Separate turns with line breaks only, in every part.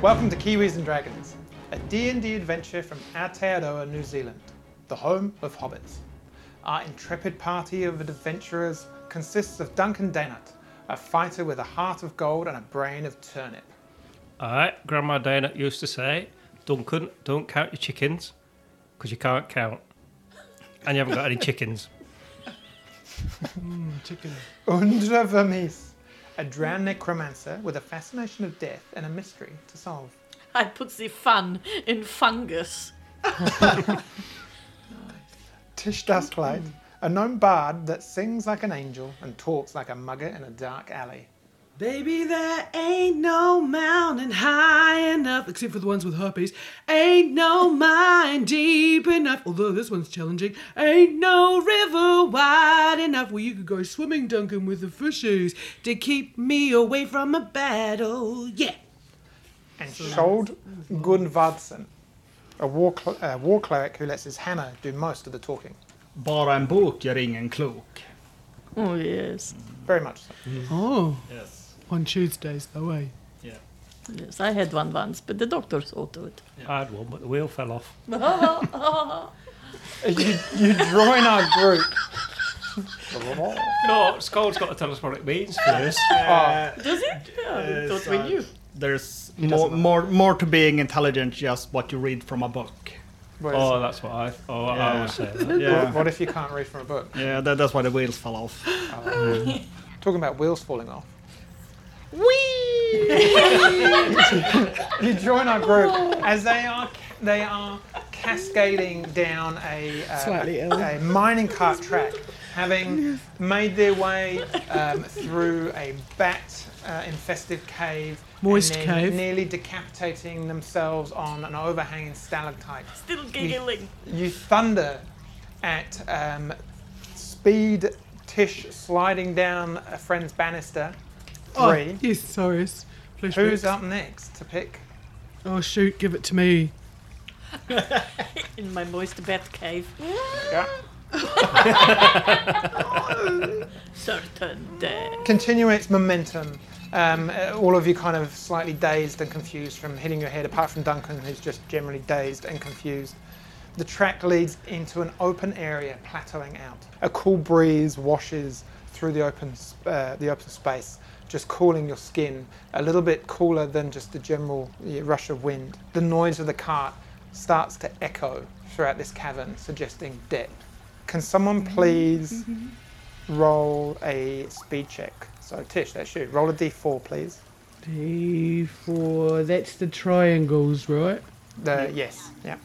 Welcome to Kiwis and Dragons, a D&D adventure from Aotearoa, New Zealand, the home of hobbits. Our intrepid party of adventurers consists of Duncan Dannett, a fighter with a heart of gold and a brain of turnip.
Aye, Grandma Dana used to say, Duncan, don't count your chickens, because you can't count. And you haven't got any chickens.
Undra Vermees, a drowned necromancer with a fascination of death and a mystery to solve.
I put the fun in fungus.
Tish Dustlight, a gnome bard that sings like an angel and talks like a mugger in a dark alley.
Baby, there ain't no mountain high enough, except for the ones with herpes. Ain't no mine deep enough, although this one's challenging. Ain't no river wide enough where you could go swimming, Duncan, with the fishes to keep me away from a battle. Yeah.
and Shold Gunvardsen, a war, cl- uh, war cleric who lets his hammer do most of the talking.
Bara en bok gör ingen klok.
Oh yes,
Very much so.
Oh,
Yes.
on Tuesdays, though, eh?
yes. I had one once, but the doctor saw to it.
I had one, but the wheel fell off.
Uh-huh.
Uh, You, you join our group.
No, Scold's got to tell us what it means first.
Oh,
Does it? Yeah, I thought we
so-
knew.
There's more, more, more to being intelligent just what you read from a book.
what, is-
Oh, that's what I, oh, I
Yeah.
was saying. That.
what-
Yeah,
what if you can't read from a book?
yeah that, that's why the wheels fell off.
Talking about wheels falling off. Whee! you join our group as they are they are cascading down a uh,
Slightly ill.
a mining cart track, having made their way um, through a bat uh, infested cave.
Moist
and then
cave.
Nearly decapitating themselves on an overhanging stalactite.
Still giggling.
You thunder at um, speed Tish sliding down a friend's banister. Three.
Oh, yes, sorry. it's Flesh
Who's
wounds.
up next to pick?
Oh, shoot, give it to me.
In my moist bat cave.
Yeah.
Certain day.
Continuing its momentum. Um, uh, all of you kind of slightly dazed and confused from hitting your head, apart from Duncan, who's just generally dazed and confused. The track leads into an open area, plateauing out. A cool breeze washes through the open, s- uh, the open space, just cooling your skin. A little bit cooler than just the general yeah, rush of wind. The noise of the cart starts to echo throughout this cavern, suggesting depth. Can someone please roll a speed check? So Tish, that's you. Roll a d4, please.
D4. That's the triangles, right?
The yes, yeah.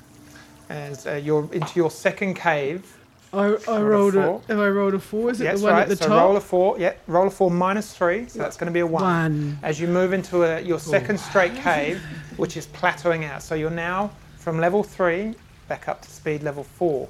As uh, you're into your second cave,
I, I
a
rolled a,
four.
if I rolled a four, is it
Yes,
the one
right.
at the
so
top?
roll a four. Yeah, roll a four minus three. So that's going to be a one.
One.
As you move into a, your second straight cave, which is plateauing out. So you're now from level three back up to speed level four.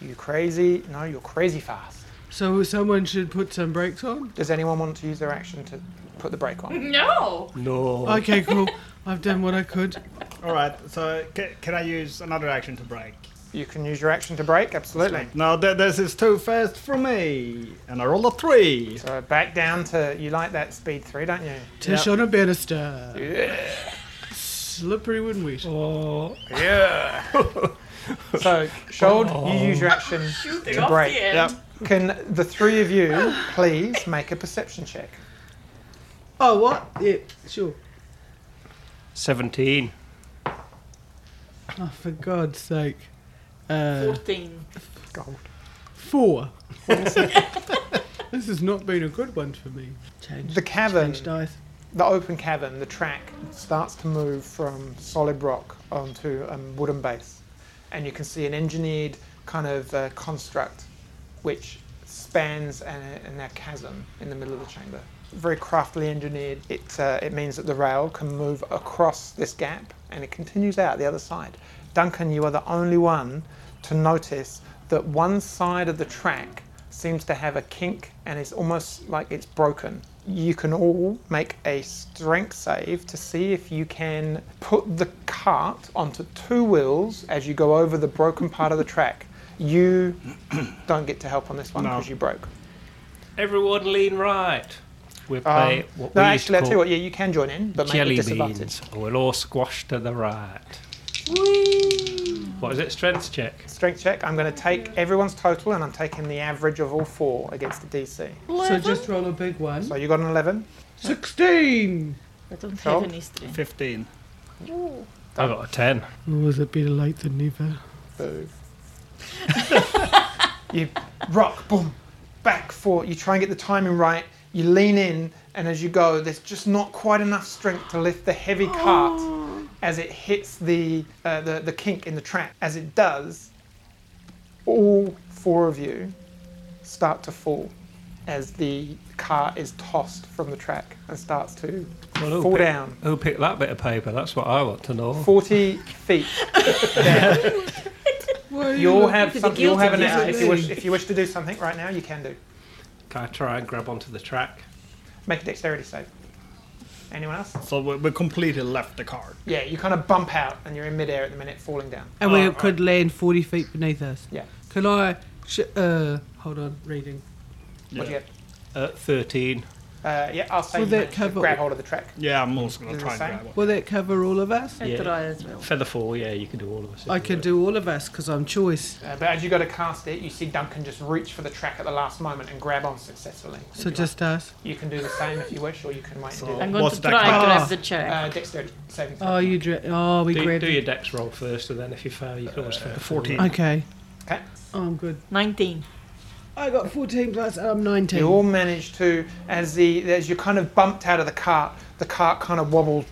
You crazy? No, you're crazy fast.
So someone should put some brakes on.
Does anyone want to use their action to put the brake
Mm-hmm.
on?
No.
No.
Oh.
Okay, cool. I've done what I could.
All right, so ca- can I use another action to break?
You can use your action to brake. Absolutely.
No, th- this is too fast for me. And I rolled a three.
So Uh, back down to you like that speed three, don't you?
Tish on a banister. Slippery when wet.
Oh,
So Shold, you use your action to brake. Can the three of you please make a perception check?
Oh, what? Yeah, sure.
17.
Oh, for God's sake. Uh,
Fourteen.
Gold.
four. this has not been a good one for me. Change.
The cavern,
Change dice.
the open cavern, the track starts to move from solid rock onto a wooden base, and you can see an engineered kind of uh, construct which spans an, an, a chasm in the middle of the chamber. Very craftily engineered, it uh, it means that the rail can move across this gap and it continues out the other side. Duncan, you are the only one to notice that one side of the track seems to have a kink and it's almost like it's broken. You can all make a strength save to see if you can put the cart onto two wheels as you go over the broken part of the track. You don't get to help on this one
No.
because you broke.
Everyone lean right. we
Um,
play what
no, actually,
we
I
used
tell
to
you
call
what. Yeah, you can join in, but make a
jelly
disadvantage.
beans. We'll all squash to the right. What is it? Strength check.
Strength check. I'm going to take everyone's total, and I'm taking the average of all four against the DC.
So
Eleven?
just roll a big one.
So you got an 11.
16!
I don't
Twelve?
have any strength.
15.
I got a ten.
Oh, is it better late than never?
Boo. you rock, boom, back, forth. You try and get the timing right. You lean in, and as you go, there's just not quite enough strength to lift the heavy cart as it hits the, uh, the the kink in the track. As it does, all four of you start to fall as the cart is tossed from the track and starts to
Well, who
fall
picked-
down
Who picked that bit of paper? That's what I want to know.
40 feet down. You'll have some, you'll have an hour. If you wish if you wish to do something right now, you can do.
Can I try and grab onto the track?
Make a dexterity save. Anyone else?
So we, we completely left the card.
Yeah, you kind of bump out and you're in midair at the minute, falling down.
And we
Oh,
could land 40 feet beneath us.
Yeah.
Can I. Sh- uh, hold on, reading.
What do you get?
Uh, Thirteen.
Uh, yeah, I'll say
Will
you
that
managed to
cover-
grab hold of the track.
Yeah, I'm also going
Is
to
it
try and
the same?
grab one.
Will that cover all of us?
I
Yeah.
try as well.
Feather four. Yeah, you can do all of us.
I can do all of us because I'm choice.
Uh, but as you go to cast it, you see Duncan just reach for the track at the last moment and grab on successfully. If
So
you
just us.
like. you can do the same if you wish, or you can wait
So-
and do
I'm
it.
going
What's
to
that
try and
called?
grab the check.
Uh, dexterity saving. throw.
Oh, you. Dra- oh, we
Do,
grabbed.
do
it.
your dex roll first, and then if you fail, you can always fail.
fourteen.
Okay.
Okay.
Oh, I'm good.
19.
I got 14 plus, I'm 19.
You all manage to, as the as you're kind of bumped out of the cart, the cart kind of wobbles,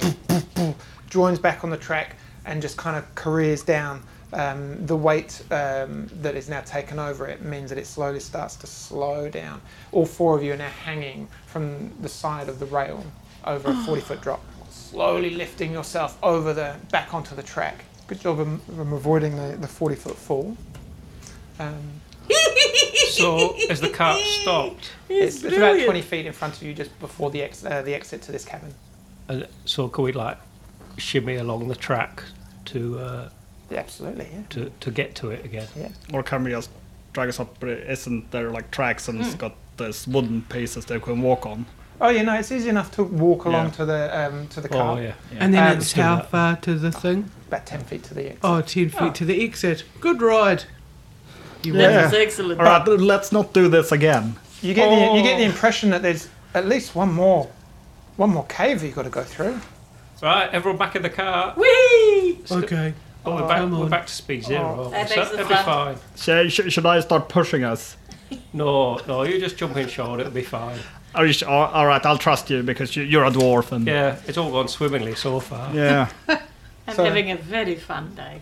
joins back on the track, and just kind of careers down. Um, the weight um, that is now taken over it means that it slowly starts to slow down. All four of you are now hanging from the side of the rail over a 40 foot drop, slowly lifting yourself over the back onto the track. Good job of, of avoiding the, the 40 foot fall. Um,
So is the cart stopped?
it's, it's about 20 feet in front of you just before the, ex- uh, the exit to this cabin.
And uh, so can we like shimmy along the track to uh,
Yeah, absolutely, yeah.
to to get to it again?
Or can we just drag us up? Isn't there like tracks and it's
Hmm.
got these wooden pieces they can walk on?
Oh, yeah, no, it's easy enough to walk along
Yeah.
to the um, to the car.
Oh yeah.
and then
Um,
it's
do
how
that.
far to the thing?
About 10 feet to the exit.
Oh, 10 feet
Oh.
to the exit. Good ride. You
That
win.
Yeah.
was excellent.
All right, let's not do this again.
You, get the, you get the impression that there's at least one more one more cave you've got to go through.
Right, everyone back in the car.
Whee!
Okay.
Oh,
Oh,
we're back.
come
We're
on. Oh.
back to speed zero.
That
So
makes us
it'll be
laugh.
fine.
Should, should, should I start pushing us?
No, no, you just jump in short. It'll be fine.
Are you sh- all, all right, I'll trust you because you, you're a dwarf and
Yeah, it's all gone swimmingly so far.
yeah.
I'm
So-
having a very fun day.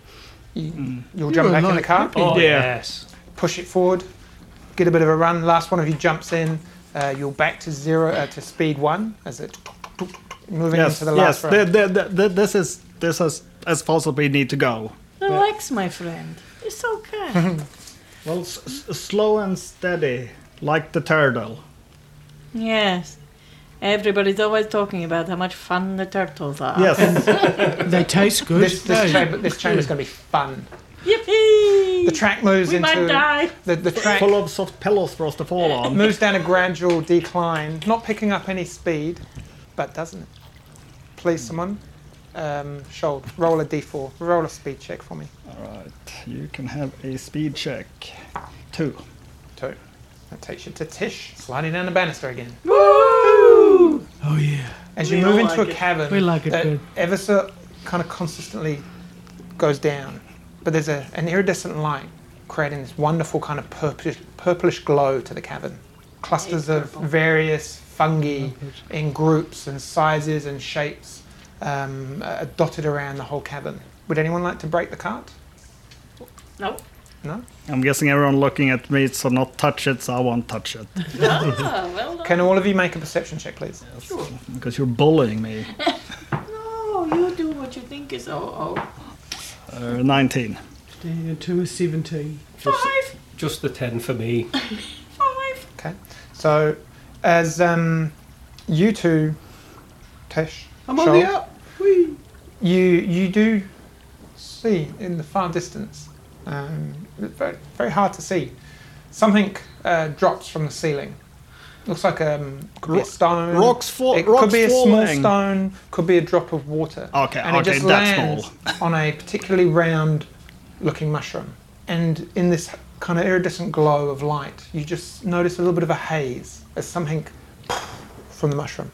You'll jump
are
back in the
like
car,
Oh
Yeah.
yes.
push it forward, get a bit of a run. Last one of you jumps in. Uh, you're back to zero, uh, to speed one as it moving
yes,
into the last
yes. The,
round.
the, the, the, this is this is as far as we need to go.
Relax, my friend. It's okay.
Well, s- s- slow and steady, like the turtle.
yes. Everybody's always talking about how much fun the turtles are.
Ah. Yes,
They taste good.
This, this,
No,
chamber, this chamber's going to be fun.
Yippee!
The track moves
we
into
might die.
The, the track
full of soft pillows for us to fall on.
moves down a gradual decline, not picking up any speed, but doesn't it? Please, someone, um, Shold, roll a d4, roll a speed check for me.
All right, you can have a speed check. Two.
Two. That takes you to Tish, sliding down the banister again.
Oh, yeah.
As
We
you move
all
into
like
a
it.
cavern,
We like it
that
good.
ever so kind of consistently goes down, but there's a, an iridescent light creating this wonderful kind of purplish, purplish glow to the cavern. Clusters of various fungi in groups and sizes and shapes um, are dotted around the whole cavern. Would anyone like to break the cart?
No.
No.
I'm guessing everyone looking at me, so not touch it. So I won't touch it
Ah, well done.
Can all of you make a perception check, please?
because you're bullying me.
No, you do what you think is oh oh.
Uh, Nineteen.
Standard 2 is 17.
Just, just the ten for me.
Five.
Okay. So, as um, you two, Tesh,
I'm on
Charles,
the up. Whee.
you you do see in the far distance, um, it's very, very hard to see, something uh, drops from the ceiling Looks like um, could be
Ro-
a stone.
rocks fall-
It
rocks
could be a
falling.
small stone. Could be a drop of water.
Okay,
and
okay,
it just
that's
lands on a particularly round-looking mushroom, and in this kind of iridescent glow of light, you just notice a little bit of a haze as something from the mushroom,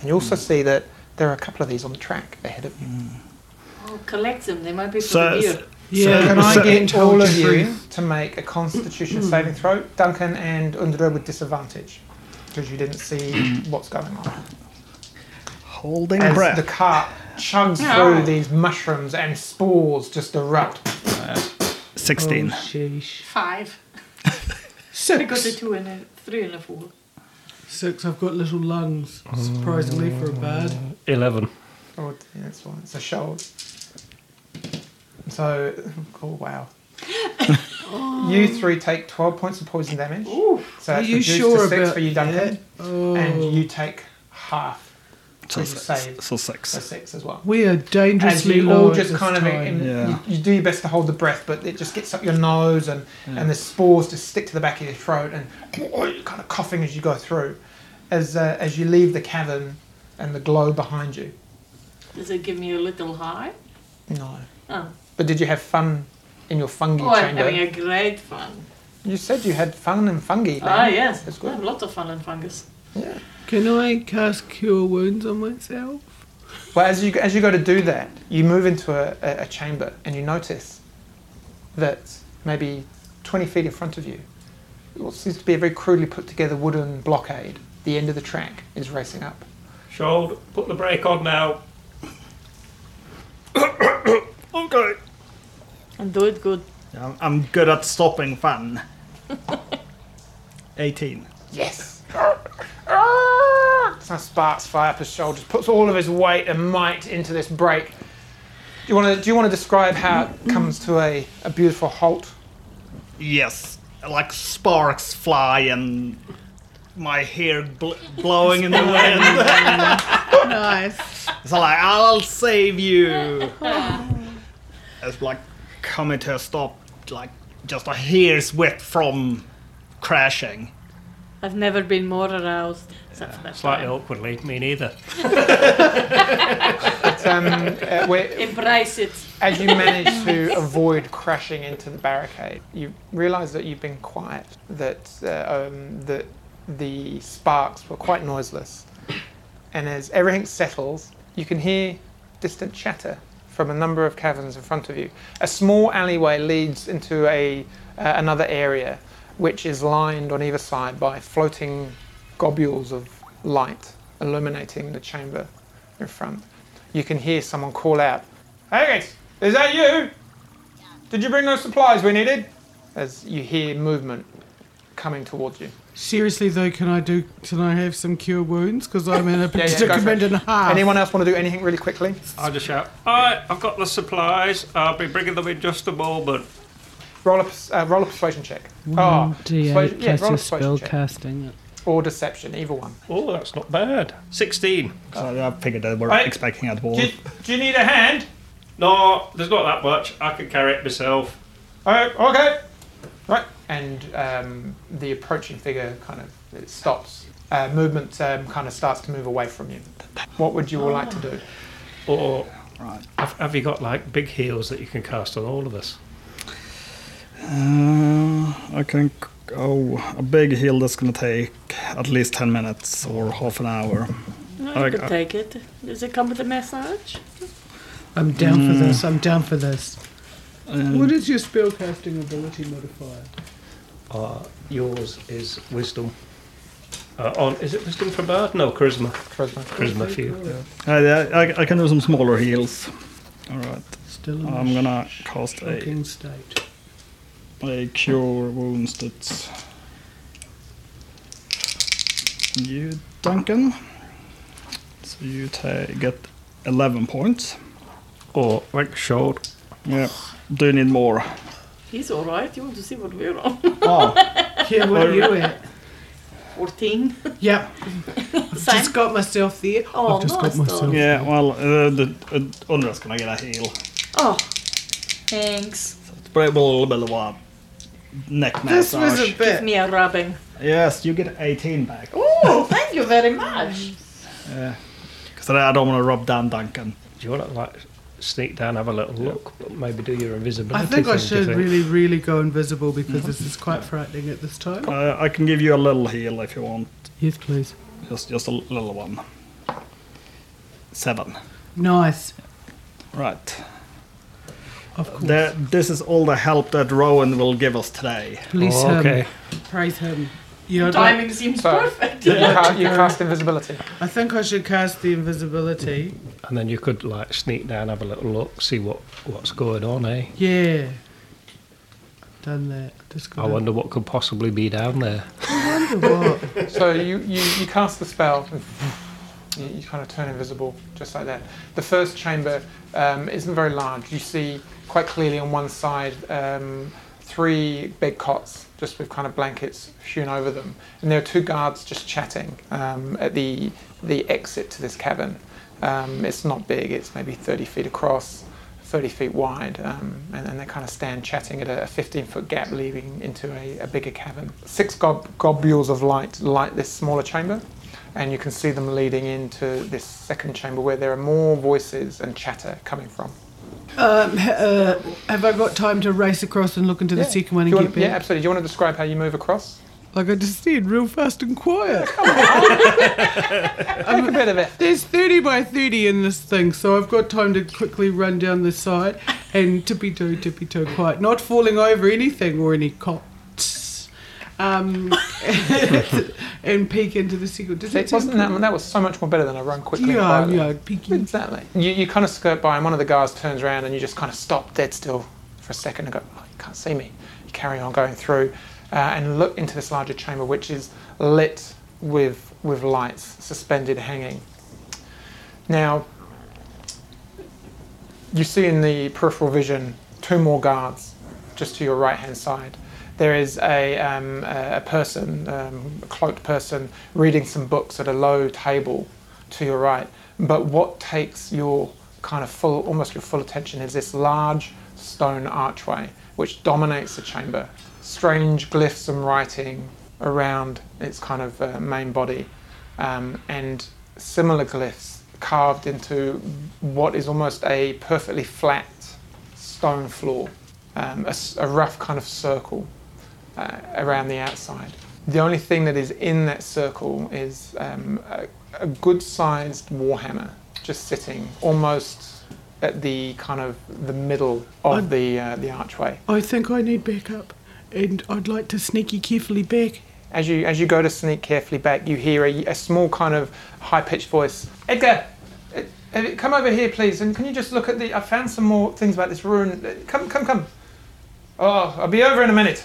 and you also
Hmm.
see that there are a couple of these on the track ahead of you.
Oh, collect them. They might be for
So,
the
so,
year.
Yeah.
Can I
so-
get
so-
all of you
Oh,
to make a Constitution saving throw, Duncan and Underwood with disadvantage, because you didn't see what's going on.
holding
As
breath.
the cart chugs
No.
through these mushrooms and spores just erupt.
16.
Five. I got a
Six.
two and a three and a four.
Six. I've got little lungs, surprisingly, for a bird.
11.
Oh, yeah, that's one. It's a shoal. So, oh wow. you three take 12 points of poison damage. so
Are
that's
you
reduced
sure
to 6
about
for you, Duncan. And
Oh.
you take half,
So,
Please save.
six. so
so
six.
6 as well.
We are
as
dangerously
you all
low.
just
at
kind
this
of
time.
in-
Yeah.
you, you do your best to hold the breath, but it just gets up your nose and and the spores just stick to the back of your throat, and you're kind of coughing as you go through, as uh, as you leave the cavern and the glow behind you.
Does it give me a little high?
No,
Oh,
but did you have fun in your fungi
oh I'm
chamber?
having a great fun.
You said you had fun in fungi.
Ah,
then.
yes.
that's
I have
good.
lots of fun in fungus.
Yeah.
Can I cast Cure Wounds on myself?
Well, as you as you go to do that, you move into a, a, a chamber and you notice that maybe 20 feet in front of you, what seems to be a very crudely put together wooden blockade. The end of the track is racing up.
Shold, put the brake on now.
Okay.
And do it good.
Yeah, I'm, I'm good at stopping fun. 18.
Yes. Some sparks fly up his shoulders, puts all of his weight and might into this break. Do you want to do you want to describe how it comes to a, a beautiful halt?
Yes. Like sparks fly and my hair bl- blowing in the wind.
Nice.
So like, I'll save you. It's like coming to a stop, like just a hair's width from crashing.
I've never been more aroused. Except for that
Slightly
time.
awkwardly, me neither.
Um, uh, where-
Embrace it.
As you manage to avoid crashing into the barricade, you realise that you've been quiet, that, uh, um, that the sparks were quite noiseless. And as everything settles, you can hear distant chatter from a number of caverns in front of you. A small alleyway leads into a, uh, another area, which is lined on either side by floating globules of light illuminating the chamber in front. You can hear someone call out, Hey guys, is that you? Did you bring those supplies we needed? As you hear movement coming towards you.
Seriously though, can I do? Can I have some Cure Wounds? Because I'm in a
Yeah, yeah, go for it.
predicament and a half.
Anyone else want to do anything really quickly?
I just shout, Alright, I've got the supplies. I'll be bringing them in just a moment.
Roll up, uh, roll a persuasion check. Oh, persuasion- yeah, roll a persuasion check.
casting.
Or deception, either one.
Oh, that's not bad. 16.
So I figured they were
I-
expecting at wall.
Do you, do you need a hand? No, there's not that much. I can carry it myself.
Oh, okay. Right. And um, the approaching figure kind of it stops. Uh, movement um, kind of starts to move away from you. What would you all like to do?
Or
Right.
have, have you got like big heels that you can cast on all of us?
Uh, I can. c- Oh, a big heal that's gonna take at least 10 minutes or half an hour.
No,
I-
I could
I-
take it. Does it come with a massage?
I'm down for this. I'm down for this.
Um,
What is your spellcasting ability modifier?
Uh, yours is wisdom. Uh, on is it wisdom from Bard? No, charisma.
Charisma.
Charisma for you.
I, I, I can do some smaller heals. Alright,
Still in
I'm gonna cast a,
shocking state.
a cure wounds that's. You, Duncan. So you ta- get 11 points.
Or like short.
Yeah, do you need more?
He's all right. You want to see what we're on?
Oh,
Yeah, what are you at?
Fourteen.
Yep,
Same.
just got myself there.
Oh,
I've just
nice
got myself.
dog.
yeah, well, uh, the, uh, Undra's gonna get a heal.
Oh, thanks.
But it will be a little bit of a neck
This was
massage.
a bit.
Give me a rubbing.
Yes, you get 18 back.
Oh, thank you very much.
Because I don't want to rub down Duncan.
Do you want to like sneak down, have a little look, but maybe do your invisibility?
I think
thing,
I
do you
should
think?
really, really go invisible because this is quite frightening at this time.
Uh, I can give you a little heal if you want.
Yes, please.
Just, just a little one. Seven.
Nice.
Right.
Of course.
There, this is all the help that Rowan will give us today.
Police
Oh, okay.
him. Praise him. You know, like-
Timing seems
So-
perfect.
You, ca- you cast invisibility.
I think I should cast the invisibility.
And then you could like sneak down, have a little look, see what what's going on, eh?
Yeah. Done that. Just
I
gotta-
wonder what could possibly be down there.
So you, you, you cast the spell. and You, you kind of turn invisible, just like that. The first chamber um, isn't very large. You see quite clearly on one side um, three big cots, just with kind of blankets hewn over them, and there are two guards just chatting um, at the the exit to this cabin. Um, it's not big. It's maybe 30 feet across, 30 feet wide, um, and, and they kind of stand chatting at a 15-foot gap leading into a, a bigger cabin. Six gob- globules of light light this smaller chamber, and you can see them leading into this second chamber where there are more voices and chatter coming from.
Um, h- uh, have I got time to race across and look into the second one
Do you
and get
wanna-
back?
yeah, absolutely. Do you want to describe how you move across?
Like I just said, real fast and quiet.
Take a bit of it.
There's 30 by 30 in this thing, so I've got time to quickly run down the side and tippy toe, tippy toe quiet, not falling over anything or any cots. Um, and peek into the secret. Does
It
seem
wasn't that one. That was so much more better than a run quickly. and
Yeah,
quietly.
yeah, peeking.
Exactly. You, you kind of skirt by, and one of the guards turns around, and you just kind of stop dead still for a second and go, oh, You can't see me. You carry on going through uh, and look into this larger chamber, which is lit with, with lights suspended hanging. Now, you see in the peripheral vision two more guards just to your right hand side. There is a, um, a a person, um, a cloaked person, reading some books at a low table to your right. But what takes your kind of full, almost your full attention is this large stone archway which dominates the chamber. Strange glyphs and writing around its kind of uh, main body, um, and similar glyphs carved into what is almost a perfectly flat stone floor, um, a, s- a rough kind of circle uh, around the outside. The only thing that is in that circle is um, a, a good sized warhammer just sitting almost at the kind of the middle of
I'm-
the uh, the archway.
I think I need backup, and I'd like to sneaky carefully back.
As you as you go to sneak carefully back, you hear a, a small kind of high pitched voice. Edgar, eh, eh, come over here, please, and can you just look at the? I found some more things about this ruin. Eh, Come, come, come. Oh, I'll be over in a minute.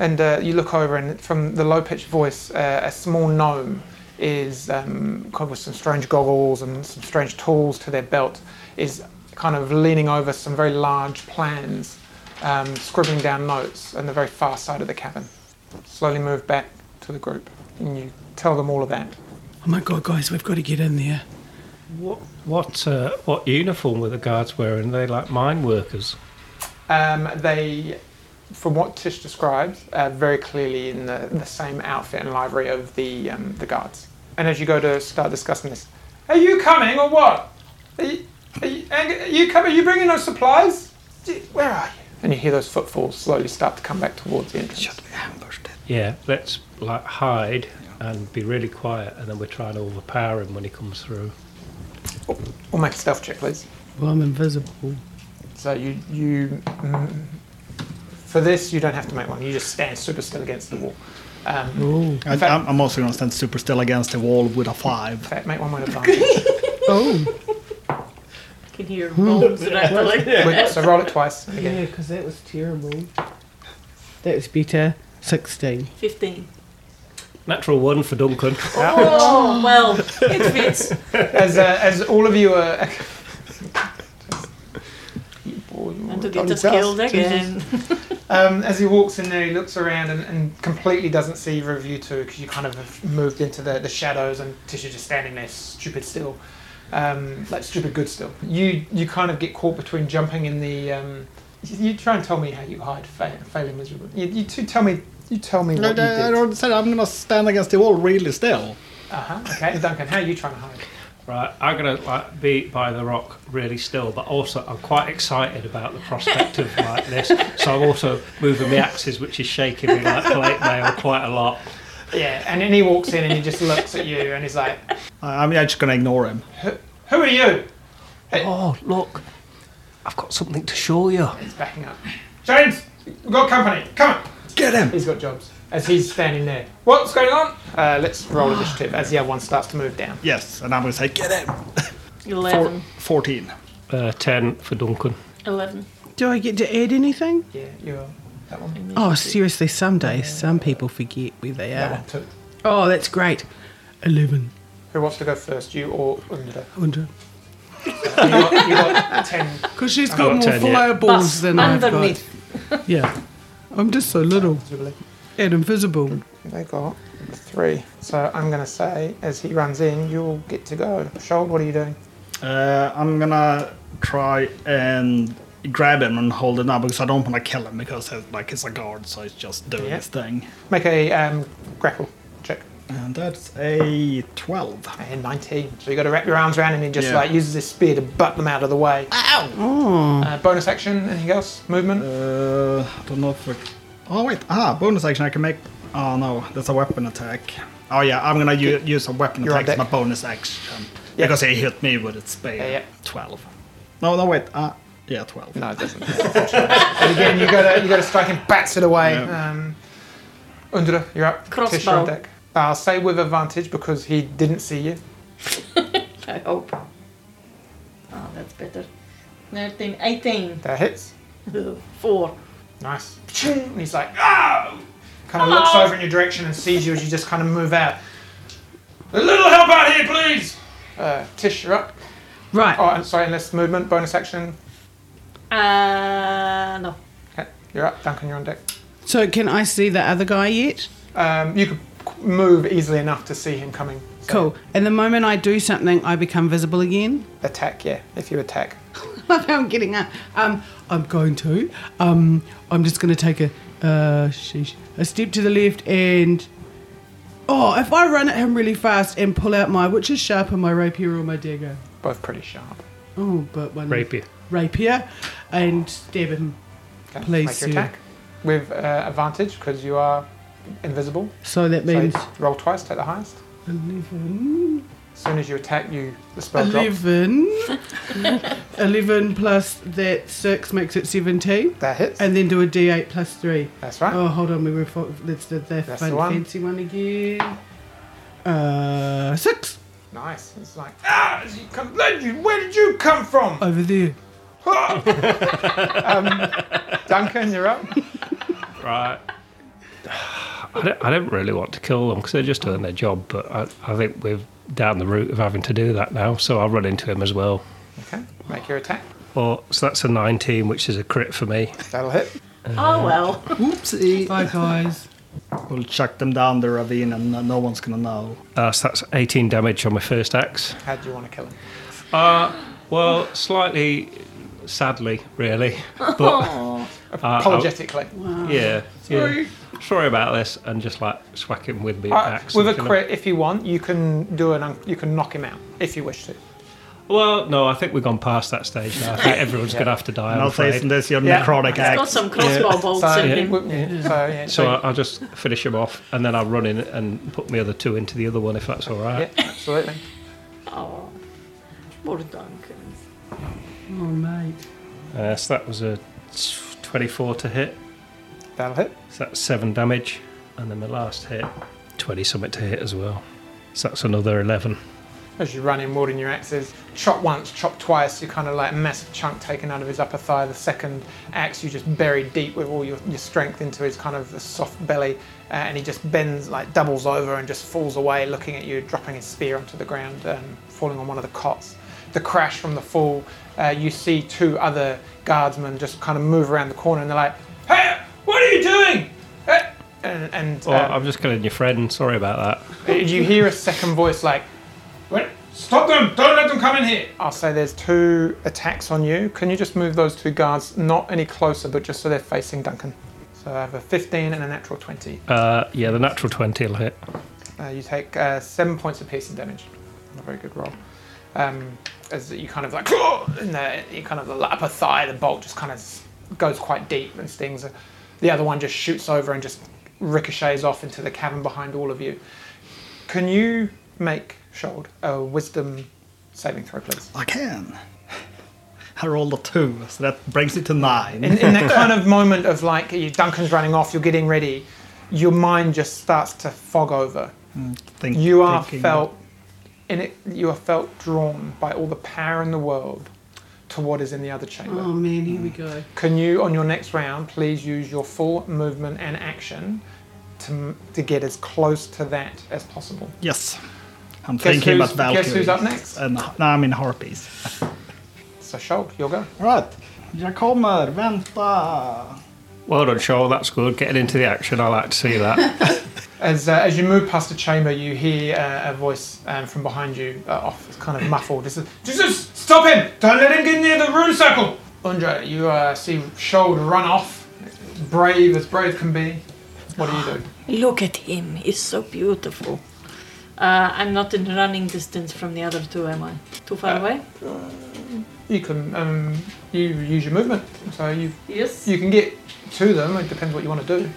And uh, you look over, and from the low pitched voice, uh, a small gnome is um, kind of with some strange goggles and some strange tools to their belt is kind of leaning over some very large plans, um, scribbling down notes on the very far side of the cabin slowly move back to the group and you tell them all of that.
Oh my god, guys, we've got to get in there.
What what uh, what uniform were the guards wearing? They like mine workers.
Um, they, from what Tish describes, are very clearly in the, the same outfit and livery of the, um, the guards. And as you go to start discussing this, are you coming or what? Are you, are you, Ang- are you coming? Are you bringing those supplies? D- Where are you? And you hear those footfalls slowly start to come back towards the entrance.
Yeah, let's like hide and be really quiet, and then we try and overpower him when he comes through.
Or make a stealth check, please.
Well, I'm invisible.
So you, you mm, for this, you don't have to make one. You just stand super still against the wall. Um,
Oh.
I, I'm, I'm also going to stand super still against the wall with a five.
Fact, make one with advantage.
Oh,
can hear bones rattling.
Wait, so roll it twice and
yeah,
again.
because that was terrible. That was better. 16.
15.
Natural one for Duncan.
Oh, well, it fits.
As, uh, as all of you are. You boy, you
And to
bloody
get us
dust,
killed
Jesus.
again.
Um, as he walks in there, he looks around and, and completely doesn't see either of you two because you kind of have moved into the, the shadows and Tisha's just standing there, stupid still, um, like stupid good still. You you kind of get caught between jumping in the. Um, you, you try and tell me how you hide, fa- failing miserably. You, you two tell me. You tell me what
No,
you did.
I don't say I'm going to stand against the wall really still.
Uh huh. Okay, Duncan, how are you trying to hide?
Right, I'm gonna like be by the rock really still, but also I'm quite excited about the prospect of like this. So I'm also moving my axes, which is shaking me like plate mail quite a lot.
Yeah, and then he walks in and he just looks at you and he's like,
I- I'm just gonna ignore him.
"Who are you?"
Oh look, I've got something to show you.
He's backing up. James, we've got company. Come on.
Get him!
He's got jobs. As he's standing there, what's going on? Uh, let's roll initiative as the other one starts to move down.
Yes, and I'm gonna say, get him! Four,
Eleven.
14.
Uh, Ten for Duncan.
Eleven.
Do I get to add anything?
Yeah, you're that one.
Oh, seriously, some days some people forget where they
That
are.
one too.
Oh, that's great. 11.
Who wants to go first? You or Unda?
Under.
You got, you got ten.
Because she's
got
got more
10 yet.
fireballs
Bus
than I've got.
underneath.
Yeah. I'm just so little
presumably.
and invisible.
They got three. So I'm going to say, as he runs in, you'll get to go. Shold, what are you doing?
Uh, I'm gonna try and grab him and hold him up because I don't want to kill him because he's like he's a guard, so he's just doing
Yeah.
his thing.
Make a um, grapple check.
And that's a 12.
And 19. So you got to wrap your arms around him. He just
Yeah.
like uses his spear to butt them out of the way.
Oh.
Uh, bonus action. Anything else? Movement.
Uh, I don't know if I... Oh wait, ah, bonus action I can make... Oh no, that's a weapon attack. Oh yeah, I'm gonna u- use a weapon
You're on
attack as my
deck.
bonus action.
Yeah.
Because he hit me with its spear.
Yeah, yeah.
12. No, no wait, ah, yeah, 12.
No, it doesn't. and again, you got to you got to strike him. Bats it away.
Yeah.
Um, Undra, you're up.
Crossbow.
Tish, you're on deck. I'll say with advantage because he didn't see you.
I hope. Oh, that's better. 13, 18,
That hits.
4.
Nice. And he's like, oh! Kind of looks over in your direction and sees you as you just kind of move out. A little help out here, please! Uh, Tish, you're up.
Right.
Oh, I'm sorry, unless movement, bonus action.
Uh, no.
Okay, you're up. Duncan, you're on deck.
So can I see the other guy yet?
Um, you could move easily enough to see him coming. So
Cool. And the moment I do something, I become visible again.
Attack, yeah, if you attack.
Love how I'm getting up. Um, I'm going to. Um, I'm just going to take a uh, sheesh, a step to the left and. Oh, if I run at him really fast and pull out my which is sharper, my rapier or my dagger?
Both pretty sharp.
Oh, but one
Rapier.
rapier, and stab him.
Okay,
Please,
make your
yeah.
attack with uh, advantage because you are invisible.
So that
So
means
roll twice, take the highest.
eleven.
As soon as you attack, you the spell drops.
11, 11 plus that six makes it seventeen,
That hits.
and then do a d8 plus three.
That's
Ah.
right.
Oh, hold on. We were fo- let's do the
That's
fun,
the one.
fancy one again. Uh, six
Nice. It's like, ah, as you come, where did you- where did you come from?
over there.
um, Duncan, you're up.
Right. I don't, I don't really want to kill them because they're just doing their job, but I, I think we're down the route of having to do that now, so I'll run into him as well.
Okay, make your attack.
Oh, so that's a 19, which is a crit for me.
That'll hit.
oh, well.
Oopsie.
Bye guys.
We'll chuck them down the ravine and no- no one's gonna know.
Uh, so that's 18 damage on my first axe.
How do you want to kill him?
Well, slightly, sadly, really, but
Apologetically.
yeah, sorry. sorry about this, and just like swack him with me
Uh,
axe.
with a
and kill him.
crit, if you want, you can do an un- you can knock him out if you wish to.
Well, no, I think we've gone past that stage now. I think everyone's going to have to die.
And
I'm
I'll say,
afraid.
isn't this your
Yeah.
necrotic
It's got
axe?
some crossbow bolts
So,
in
yeah.
him.
w- yeah, so yeah,
So I- I'll just finish him off, and then I'll run in and put my other two into the other one if that's all
yeah,
right.
absolutely.
Oh, poor Duncan.
Oh mate.
Uh, so that was a 24 to hit.
That'll hit.
So that's seven damage, and then my last hit, 20 something to hit as well. So that's another 11.
As you run in, warding your axes, chop once, chop twice, you kind of like a massive chunk taken out of his upper thigh. The second axe, you just bury deep with all your, your strength into his kind of soft belly, uh, and he just bends, like doubles over and just falls away, looking at you, dropping his spear onto the ground, um, falling on one of the cots. The crash from the fall, uh, you see two other guardsmen just kind of move around the corner, and they're like, Hey, what are you doing? Eh," And, and
Uh,
Oh,
um,
I'm just killing your friend. Sorry about that.
you hear a second voice like, "Wait, stop them! Don't let them come in here!" I'll say there's two attacks on you. Can you just move those two guards not any closer, but just so they're facing Duncan? So I have a 15 and a natural 20.
Uh, yeah, the natural 20 will hit.
Uh, you take uh, seven points of piercing damage. Not a very good roll. Um, as you kind of like, and the, you kind of the upper thigh, the bolt just kind of s- goes quite deep and stings. The other one just shoots over and just ricochets off into the cavern behind all of you. Can you make Shold a wisdom saving throw, please?
I can. I rolled a two, so that brings it to nine.
in, in that kind of moment of like you, Duncan's running off, you're getting ready, your mind just starts to fog over.
Think-
You are
thinking-
felt in it. You are felt drawn by all the power in the world to what is in the other chamber.
Oh man, here we go.
Can you, on your next round, please use your full movement and action to m- to get as close to that as possible?
Yes. I'm
Guess
thinking
who's-
about Valkyrie.
guess who's up next?
And now I'm in Harpies.
So, Shold, you'll go.
Right. Jag kommer, vänta.
Well done, Shaw. That's good. Getting into the action. I like to see that.
As, uh, as you move past the chamber, you hear uh, a voice um, from behind you, uh, off, it's kind of muffled. This is Jesus, stop him! Don't let him get near the rune circle! Andre, you uh, see Shold run off, brave as brave can be. What do you do?
Look at him. He's so beautiful. Uh, I'm not in running distance from the other two, am I? Too far
Uh,
away?
You can um, you use your movement, so you
Yes.
you can get to them. It depends what you want to do.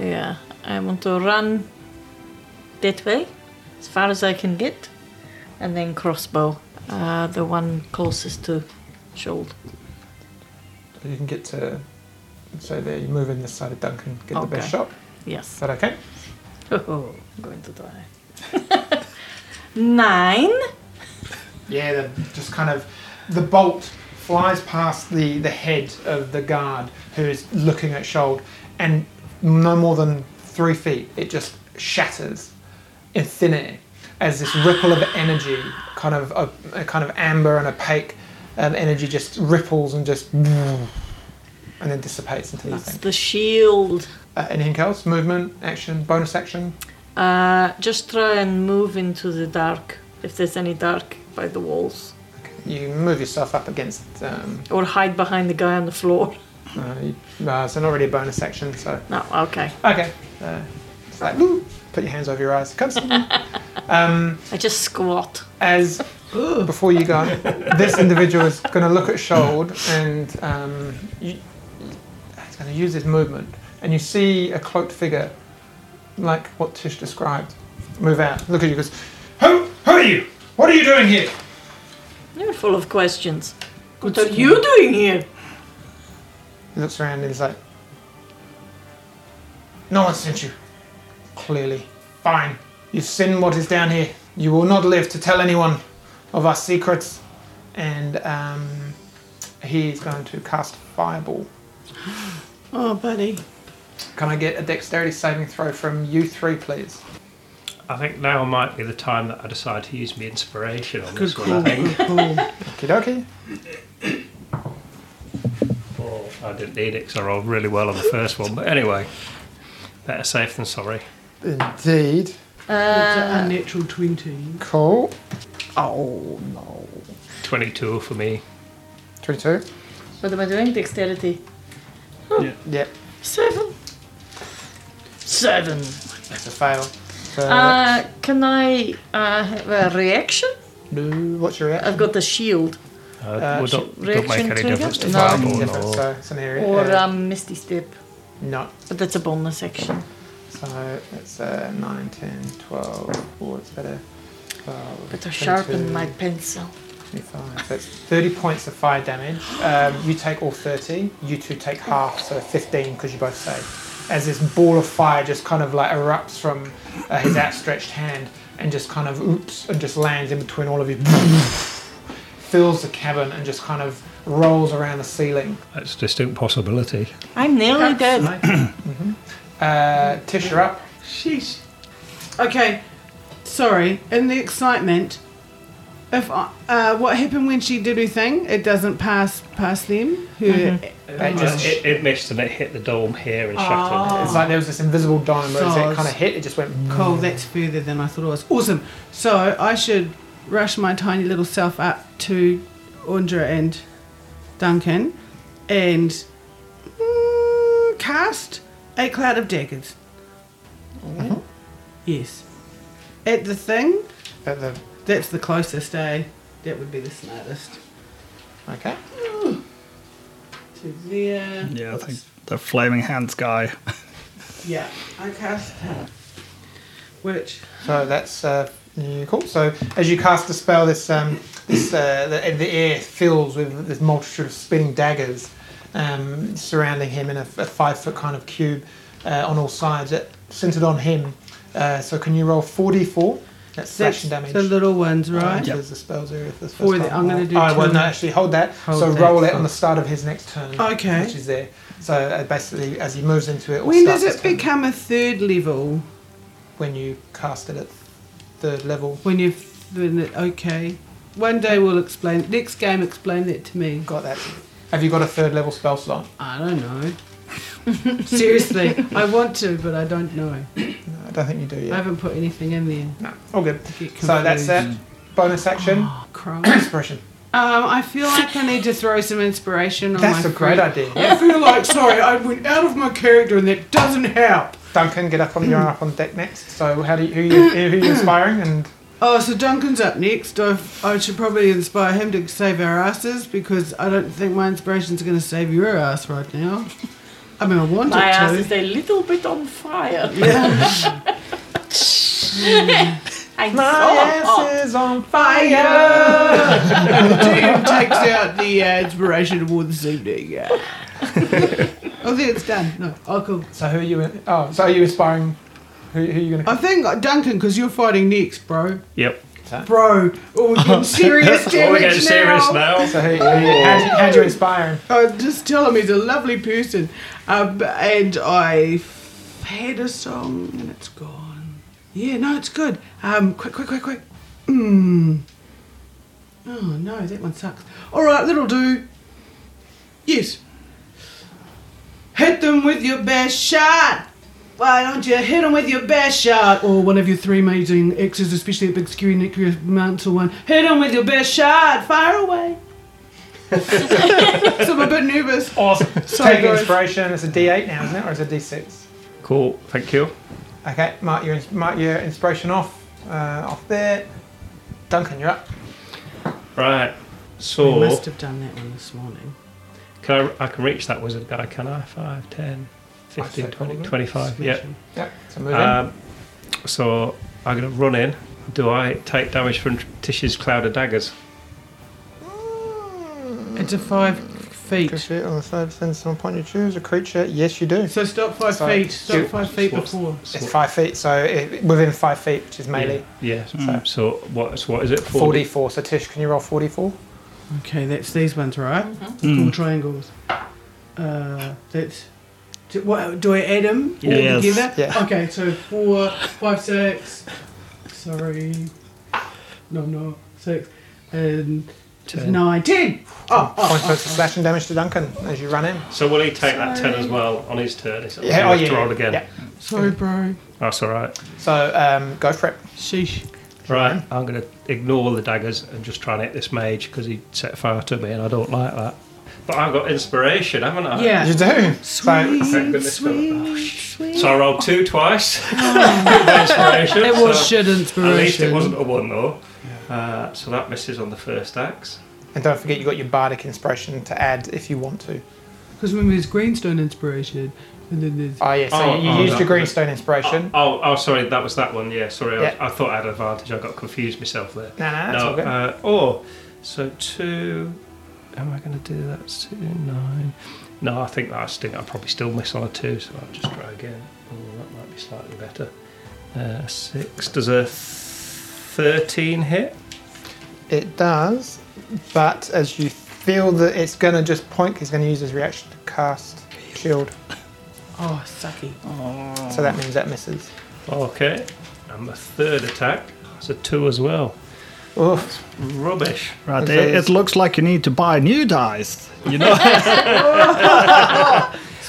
Yeah, I want to run that way, as far as I can get, and then crossbow, uh, the one closest to Shold.
So you can get to. So there, you move in this side of Duncan, get the best
Okay.
shot. Is
Yes.
that okay?
Oh, I'm going to die. Nine.
Yeah, the, just kind of the bolt flies past the, the head of the guard who is looking at Shold, and no more than three feet, it just shatters in thin air as this ripple of energy, kind of a, a kind of amber and opaque um, energy, just ripples and just and then dissipates into
It's
nothing.
the shield.
Uh, anything else? Movement, action, bonus action.
Uh, just try and move into the dark, if there's any dark by the walls,
You move yourself up against. Um,
or hide behind the guy on the floor.
uh, you- uh, so not really a bonus action. So
No, okay.
Okay. Uh, it's like, "Woo." put your hands over your eyes. Come see. um,
I just squat.
as before you go, this individual is going to look at Shold and um, you, he's going to use his movement. And you see a cloaked figure, like what Tish described, move out. Look at you. Goes, who? Who are you? What are you doing here?
You're full of questions.
Good
What are you doing here?
He looks around and he's like, No one sent you. Clearly. Fine. You've seen what is down here. You will not live to tell anyone of our secrets. And um, he's going to cast Fireball.
Oh, buddy.
Can I get a dexterity saving throw from you three, please?
I think now might be the time that I decide to use my inspiration on
Good
this
call.
one. I
Good
think.
call.
Okie dokie.
Or I didn't need it because I rolled really well on the first one. But anyway, better safe than sorry.
Indeed.
It's an unnatural twenty.
Cool. Oh no.
22 for me.
22?
What am I doing? Dexterity.
Yep.
Seven. Seven.
That's a fail. So,
Uh, can I uh, have a reaction?
no, what's your reaction?
I've got the shield
Uh, well, don't, don't make
reaction
any
trigger?
difference to
No.
fireball.
Different,
or-
so it's an area.
or
uh,
um, Misty Step,
no,
but that's a bonus action.
So it's uh, 9, 10, 12, or it's better. 12,
Better sharpen my
22,
pencil.
25. So it's 30 points of fire damage. Um, you take all 30, you two take half, so 15 because you both save. As this ball of fire just kind of like erupts from uh, his outstretched hand and just kind of oops and just lands in between all of you, fills the cabin and just kind of rolls around the ceiling.
That's a distinct possibility.
I'm nearly dead.
Uh, Tish, you're up.
Sheesh. Okay, sorry. In the excitement, if I, uh, what happened when she did her thing, it doesn't pass past them. Her,
Mm-hmm.
They just-
it, it missed and it hit the dome here and shattered.
It's like there was this invisible dome where as
So
it kind of hit, it just went.
Cool, that's further than I thought it was. Awesome. So I should rush my tiny little self up to Undra and Duncan and Oh. mm, cast a cloud of daggers. Yes. at the thing.
At the
That's the closest, eh? That would be the smartest.
okay.
To there.
Yeah, I
What's-
think the flaming hands guy.
Yeah, I cast her. Which
So that's uh, yeah, cool. So as you cast the spell, this um, this uh, the, the air fills with this multitude of spinning daggers um, surrounding him in a, a five foot kind of cube uh, on all sides, uh, centered on him. Uh, so can you roll 44? That's slashing damage.
The little ones,
Oh,
Uh,
right?
so there's the spells area for the
For
first
the-
time.
I'm gonna do
Oh, well,
two.
no, actually, hold that.
Hold
so
that,
roll it
so-
on the start of his next turn.
Okay.
Which is there. So uh, basically, as he moves into it, or
When
starts
does
his
it
turn,
become a third level?
When you cast it at third level.
When you've when it, okay. One day we'll explain. Next game, explain that to me.
Got that. Have you got a third level spell slot?
I don't know. Seriously, I want to, but I don't know.
No, I don't think you do
I
yet.
haven't put anything in there.
No. All good.
to get
So that's
confused.
it. Bonus action.
Oh, crap.
Inspiration.
Um, I feel like I need to throw some inspiration on
That's
my
a great
friend.
idea.
I feel like sorry, I went out of my character, and that doesn't help.
Duncan, get up on your up on deck next. So how do you, who you who you inspiring and
Oh, so Duncan's up next. I, I should probably inspire him to save our asses because I don't think my inspiration's going to save your ass right now. I mean, I want
My
it
ass
to.
is a little bit on fire.
yeah.
I'm
my
so hot.
ass is on fire.
Jim takes out the uh, inspiration award this evening. Yeah. oh, there it's done. No, oh cool.
so who are you? in- Oh, so are you inspiring? Who, who are you
I
gonna?
think uh, Duncan, because you're fighting next, bro.
Yep.
Bro, oh, we're getting serious damage
we're getting
now.
serious now.
So who, who, how do you, how do you inspire him?
I just tell him he's a lovely person. Um, and I f- had a song and it's gone. Yeah, no, it's good. Um, quick, quick, quick, quick. Mmm. Oh no, that one sucks. All right, that'll do. Yes. Hit them with your best shot. Why don't you hit them with your best shot? Or one of your three amazing X's, especially a big scary nuclear mantle one. Hit them with your best shot. Fire away. so I'm a bit nervous.
Awesome.
Sorry,
Take
guys.
inspiration. It's a D8 now, isn't it, or is it D6?
Cool. Thank you.
Okay, mark your mark your inspiration off uh, off there. Duncan, you're up.
Right.
We
So
must have done that one this morning.
can I, I can reach that wizard guy, can I? 5, 10, 15,
say
20,
probably.
25. Yeah.
Yeah. So move in.
Um, so I'm going to run in. Do I take damage from Tish's cloud of daggers?
It's a five feet.
Creature on the side sends on point you choose a creature. Yes, you do.
So stop five
So-
feet. Stop
You-
five feet
What's-
before.
so-
It's five feet, so it, within five feet, which is melee.
Yeah. So, so what, so what is it? 40?
Forty-four. So Tish, can you roll forty-four?
Oh,
Okay, that's these ones, right?
Hmm.
Hmm,
Cool triangles. Uh, that's. Do, what, do I add them all
Yes.
together?
Yeah.
Okay, so four, five, six. Sorry. No, no, six. And
Ten.
nine, ten. Oh, oh,
Point points of slashing damage to Duncan as you run in.
So will he take that 10 as well on his turn? Is it-
Yeah,
he'll
oh,
have to
yeah,
roll
yeah,
again.
yeah.
sorry, bro.
That's all right.
So um, go for it.
Sheesh.
Right.
Mm-hmm.
I'm going to ignore the daggers and just try and hit this mage because he set fire to me and I don't like that. But I've got inspiration, haven't I?
Yeah.
You do.
Sweet,
So
Thank goodness for that.
sweet, sweet.
So I rolled two twice. With inspiration.
It was
so
shit inspiration.
At least it wasn't a one though. Uh, so that misses on the first axe.
and don't forget you got your bardic inspiration to add if you want to.
Because when there's greenstone inspiration, and then there's.
Oh yeah. So
Oh,
you, you
oh,
used
no.
your greenstone inspiration.
Oh, oh, sorry, that was that one. Yeah, sorry, I,
Yeah.
I thought I had advantage. I got confused myself there.
No, no, that's all good.
uh, oh, so two. Am I going to do that? Two nine. No, I think that I think I probably still miss on a two, so I'll just try again. Oh, that might be slightly better. Uh, six does a thirteen hit.
It does, but as you feel that it's going to just point, he's going to use his reaction to cast shield.
Oh, sucky.
So that means that misses.
Okay, and the third attack. That's a two as well.
Oof.
Rubbish.
Right,
Okay.
it, it looks like you need to buy new dice. You know,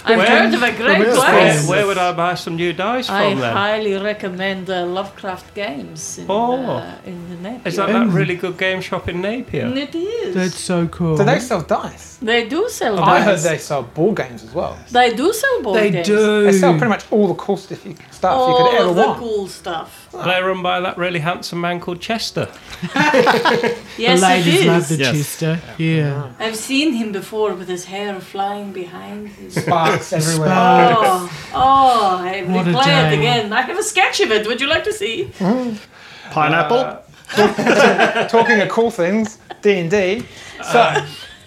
I've
Where?
heard of a great
Where's
Where,
place.
where would I buy some new dice from
I
then?
highly recommend uh, Lovecraft Games in,
Oh.
uh, in the Napier.
Is that that really good game shop in
And
Napier?
It is.
That's so cool.
Do they sell dice?
they do sell
Oh, I heard
dice.
they sell board games as well.
They do sell board
They
games.
do.
They sell pretty much all the cool stuff you, stuff
All
you could ever
of Oh, the
want.
cool stuff.
And they're run by that really handsome man called Chester.
Yes,
the
it
ladies love
is.
the
Yes.
Chester. Yeah.
I've seen him before with his hair flying behind. His...
Sparks everywhere.
Oh, oh! I
What a
play it
day.
again. I have a sketch of it. Would you like to see?
Pineapple.
Uh, Talking of cool things, D and D. So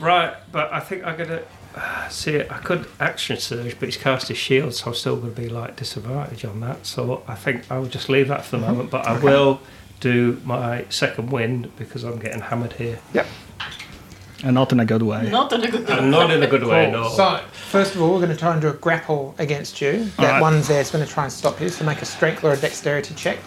Right, but I think I'm gonna uh, see it. I could action surge, but he's cast his shield, so I'm still gonna be like disadvantage on that. So I think I'll just leave that
Mm-hmm.
for the moment. But I will do my second win because I'm getting hammered here,
and not in a good way.
Not in a good
and not in a good way.
Cool.
No.
So, first of all, we're going to try and do a grapple against you. that
Alright.
one's there is going to try and stop you, so make a strength or a dexterity check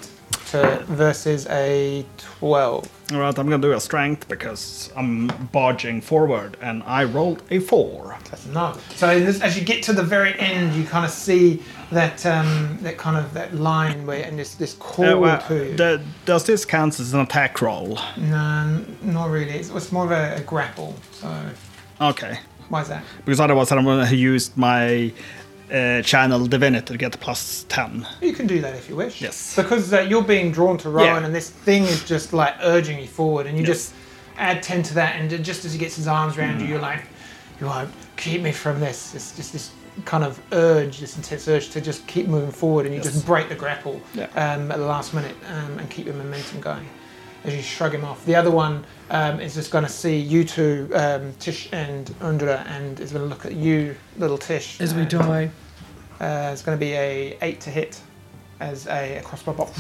to versus a 12.
All right, I'm gonna do a strength because I'm barging forward, and I rolled a four.
That's a no. So, in this, as you get to the very end, you kind of see that um, that kind of that line where and this this call
Uh, well,
to you.
the- does this count as an attack roll?
no, not really. It's, it's more of a, a grapple. So,
Okay,
why is that?
because otherwise I'm gonna use my uh, channel divinity to get plus ten.
You can do that if you wish.
Yes.
Because uh, you're being drawn to Rowan,
Yeah.
and this thing is just like urging you forward, and you
Yes.
just add ten to that, and just as he gets his arms around you,
Hmm.
you're like, "You won't keep me from this." It's just this kind of urge, this intense urge to just keep moving forward, and you
Yes.
just break the grapple
Yeah.
um, at the last minute um, and keep your momentum going. As you shrug him off, the other one um, is just going to see you two, um, Tish and Undra, and is going to look at you, little Tish.
As we
and-
die.
uh, it's going to be a eight to hit as a, a crossbow bolt.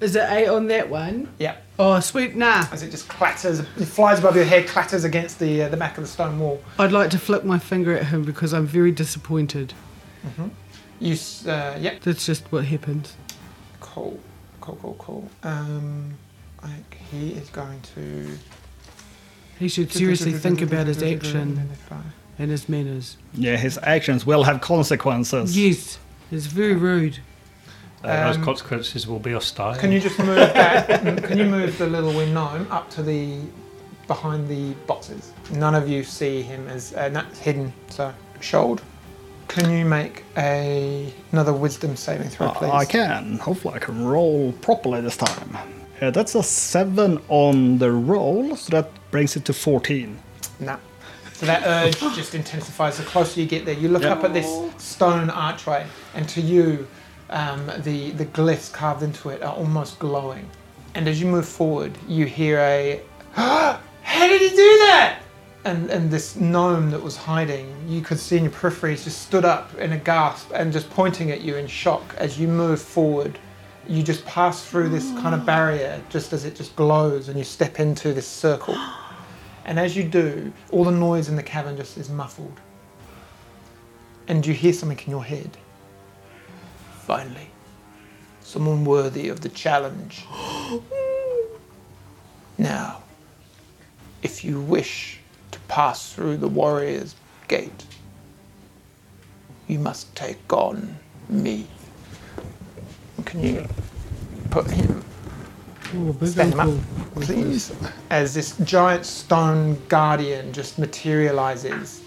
Is it eight on that one?
yeah,
Oh, sweet. Nah.
as it just clatters, it flies above your head, clatters against the uh, the back of the stone wall.
I'd like to flick my finger at him because I'm very disappointed. Mm-hmm.
You, s- uh, yep,
That's just what happens.
cool, cool, cool, cool. Um, I think he is going to
He should seriously think about his action and his manners.
Yeah, his actions will have consequences.
Yes. It's very rude.
Uh,
Um,
those consequences will be hostile.
Can you just move that? can you move the little wee gnome up to the behind the boxes? None of you see him as uh, no, it's hidden. So, Shold, can you make a, another Wisdom saving throw,
Uh,
please?
I can. Hopefully, I can roll properly this time. Uh, that's a seven on the roll, so that brings it to fourteen.
No. So that urge just intensifies the closer you get there. You look
Yeah.
up at this stone archway, and to you, um, the the glyphs carved into it are almost glowing. And as you move forward, you hear a, "How did he do that?" And and this gnome that was hiding, you could see in your peripheries, just stood up in a gasp and just pointing at you in shock as you move forward. You just pass through this kind of barrier, just as it just glows, and you step into this circle. And as you do, all the noise in the cavern just is muffled. And you hear something in your head. Finally, someone worthy of the challenge. now, if you wish to pass through the warrior's gate, you must take on me. Can you put him
Oh, big
Stand him up,
uncle.
please. As this giant stone guardian just materializes.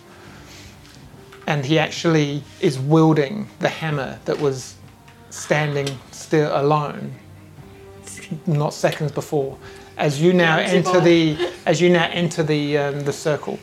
And he actually is wielding the hammer that was standing still alone not seconds before. As you now enter the as you now enter the um, the circle,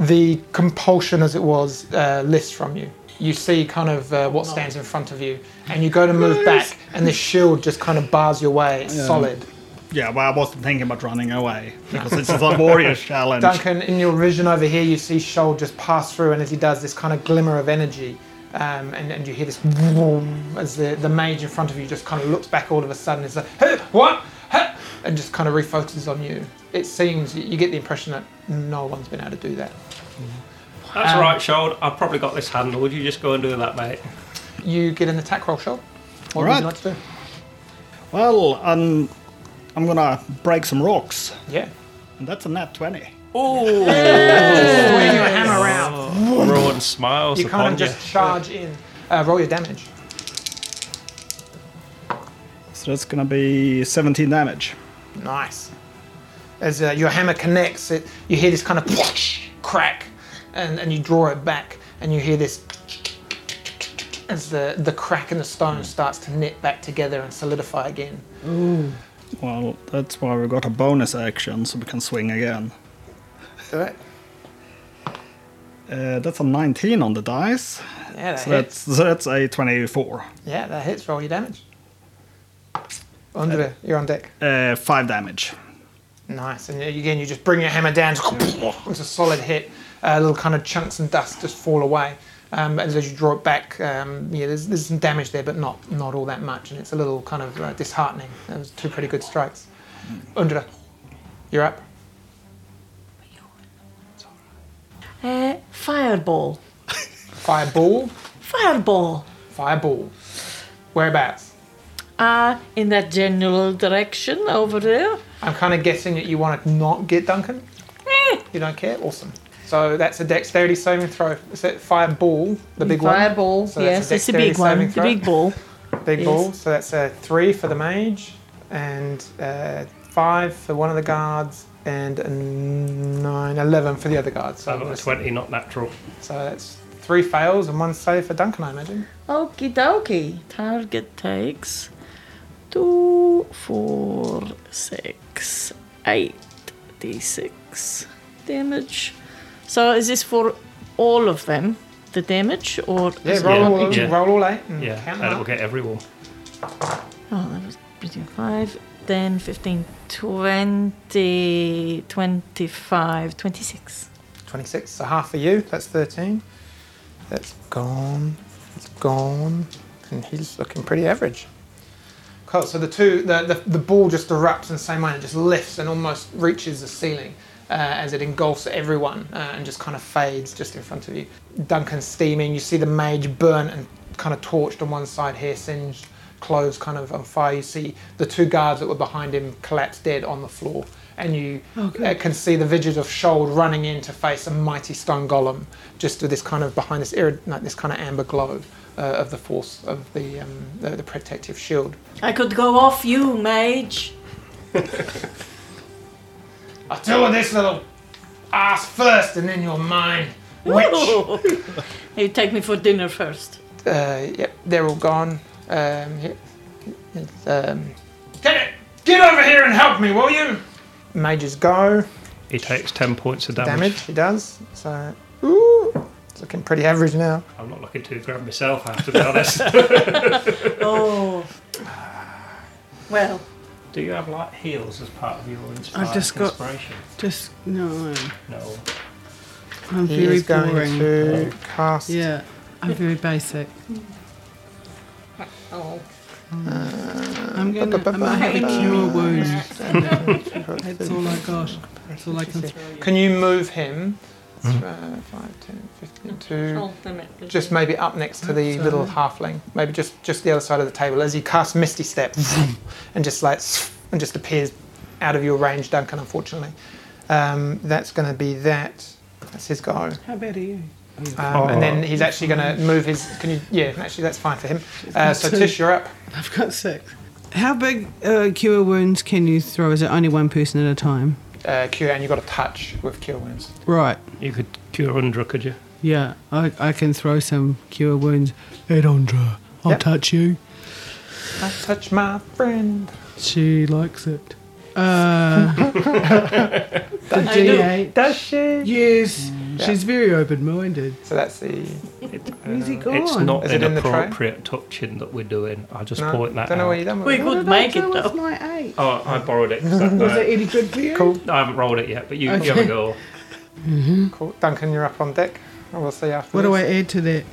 the compulsion, as it was, uh, lifts from you. You see kind of uh, what stands in front of you, and you go to move back, and the shield just kind of bars your way. It's solid.
Yeah, well, I wasn't thinking about running away because this is a warrior challenge.
Duncan, in your vision over here, you see Shoal just pass through, and as he does, this kind of glimmer of energy, um, and, and you hear this vroom as the, the mage in front of you just kind of looks back all of a sudden and is like, hey, what? Huh?" And just kind of refocuses on you. It seems you you get the impression that no one's been able to do that.
That's
um,
right, Shold. I've probably got this handled. Would you just go and do that, mate?
You get an attack roll, Shoal. What would
Alright.
you like to do?
Well, um, I'm gonna break some rocks,
Yeah.
and that's a nat twenty.
Swing your hammer around.
Rowan smiles
You kind
upon
of just
you.
charge in. Uh, roll your damage.
So that's gonna be seventeen damage.
Nice. As uh, your hammer connects, it you hear this kind of crack, and, and you draw it back, and you hear this as the, the crack in the stone starts to knit back together and solidify again.
Well, that's why we got a bonus action, so we can swing again.
Do it.
Uh, that's a 19 on the dice.
Yeah, that
So
hits.
that's, so that's a 24.
Yeah, that hits. Roll your damage. Under you're on deck.
Uh, 5 damage.
Nice. And again, you just bring your hammer down. It's a solid hit. Uh, little kind of chunks and dust just fall away. Um, and as you draw it back, um, yeah, there's, there's some damage there, but not not all that much. And it's a little kind of uh, disheartening. That was two pretty good strikes. Undra, you're up.
Uh, fireball.
Fireball.
Fireball.
Fireball. Whereabouts?
Uh, in that general direction over there.
I'm kind of guessing that you want to not get Duncan.
Eh,
You don't care? Awesome. So that's a dexterity saving throw. Is it fireball, the big one?
Fireball.
So that's
yes,
a
it's a
dexterity
big one.
saving
The
throw.
big ball.
Big
Yes.
ball. So that's a three for the mage, and uh, five for one of the guards, and a nine, 11 for the other guard. So,
I got a 20, not natural.
so that's three fails and one save for Duncan, I imagine.
Okie dokie. Target takes two, four, six, eight d6 damage. So is this for all of them, the damage, or
Yeah,
is it
roll,
Yeah,
all,
yeah.
roll all eight and
Yeah,
count
and
them
it will
up.
get everyone.
Oh, that was between 5, then 15, 20, 25, 26.
26, so half for you. That's 13. That's gone. It's gone. And he's looking pretty average. Cool. So the two, the, the, the ball just erupts in the same way. and It just lifts and almost reaches the ceiling uh, as it engulfs everyone uh, and just kind of fades just in front of you. Duncan steaming. You see the mage burnt and kind of torched on one side, hair singed, clothes kind of on fire. You see the two guards that were behind him collapse dead on the floor. And you uh, can see the vigil of Shold running in to face a mighty stone golem, just with this kind of behind this, irid- like this kind of amber glow uh, of the force of the, um, the the protective shield.
I could go off you, mage.
I'll deal with this little ass first, and then you're mine. Witch.
you take me for dinner first.
Uh, yep, they're all gone. Um, yep. It's, um, get it! Get over here and help me, will you? Mages go.
He takes 10 points of damage.
Damage. He does. So, ooh, it's looking pretty average now.
I'm not looking too grand myself, I have to be honest.
Oh. Well,
Do you have like heals as part of your inspiration?
I've just got-
inspiration?
Just no. I'm-
No.
I'm
He
very
is going
boring.
to cast.
Yeah, I'm very basic.
oh.
I'm gonna. I'm gonna have a cure wounds. That's all I got. That's all I can.
Can you move him? Uh, 5, 10, 15, to- just maybe up next to the little halfling, maybe just just the other side of the table as he casts Misty Step, and just like and just appears out of your range, Duncan. Unfortunately, um, that's going to be that. That's his go.
How bad are you?
Um, And then
Oh.
he's actually going to move his. Can you? Yeah, actually, that's fine for him. Uh, so
Two.
Tish, you're up.
I've got six. How big uh, cure wounds can you throw? Is it only one person at a time?
Uh, Q, and you got a touch with Cure Wounds.
Right.
You could cure Undra, could you?
Yeah, I, I can throw some cure wounds. Hey, Dondra, I'll
Yep.
touch you.
I touch my friend.
She likes it. Uh, the
I do.
D8.
Does she?
Yes,
Yeah.
she's very open-minded.
So that's the.
It,
Where's he
It's
gone?
not
Is it in the tray?
inappropriate touching that we're doing. I just
No,
point that
don't know
out.
what you're done with.
We
that.
got- Would make it, though.
my eight.
Oh, I borrowed it. 'cause that-
Was it any good for you?
Cool,
I haven't rolled it yet, but you, you have a go.
cool. Duncan, you're up on deck. I will see you after
What do I
this.
add to that?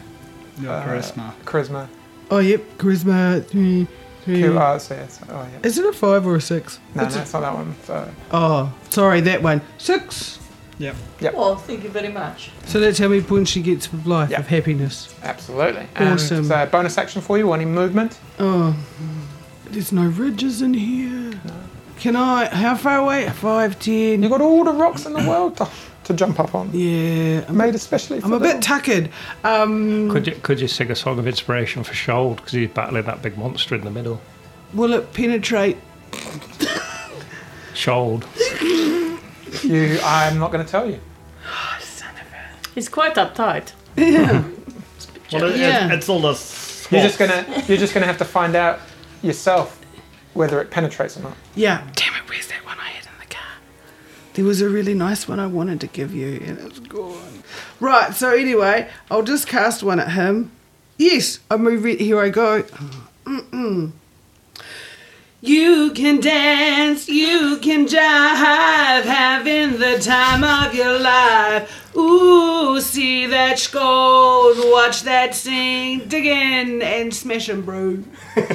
Your
Uh,
charisma.
Charisma.
Oh, yep, charisma three, three.
Q, oh, so yes. Oh, yeah.
Is it a five or a six?
No,
It's
no,
a-
it's not that one. So
oh, sorry, that one. Six.
Yep.
Oh, thank you very much.
So that's how many points she gets of life
Yeah.
of happiness.
absolutely
Awesome.
And so bonus action for you. Any movement?
Oh, there's no ridges in here. Can I? How far away? Five,
You
ten.
got all the rocks in the world to, to jump up on.
Yeah, I'm,
Made especially. For
I'm a
the-
bit tuckered. Um,
Could you could you sing a song of inspiration for Shold because he's battling that big monster in the middle?
will it penetrate?
Shold.
You, I'm not going to tell you.
He's quite uptight.
Well, it,
Yeah.
it, it's all the s-
You're just gonna you're just gonna have to find out yourself whether it penetrates or not.
Yeah. Damn it, where's that one I had in the car? There was a really nice one I wanted to give you, and it's gone. Right, so anyway, I'll just cast one at him. Yes, I move it. Here I go. Mm-mm. You can dance, you can jive, having the time of your life. Ooh, see that scold, watch that sing, dig in, and smash him, bro.
Take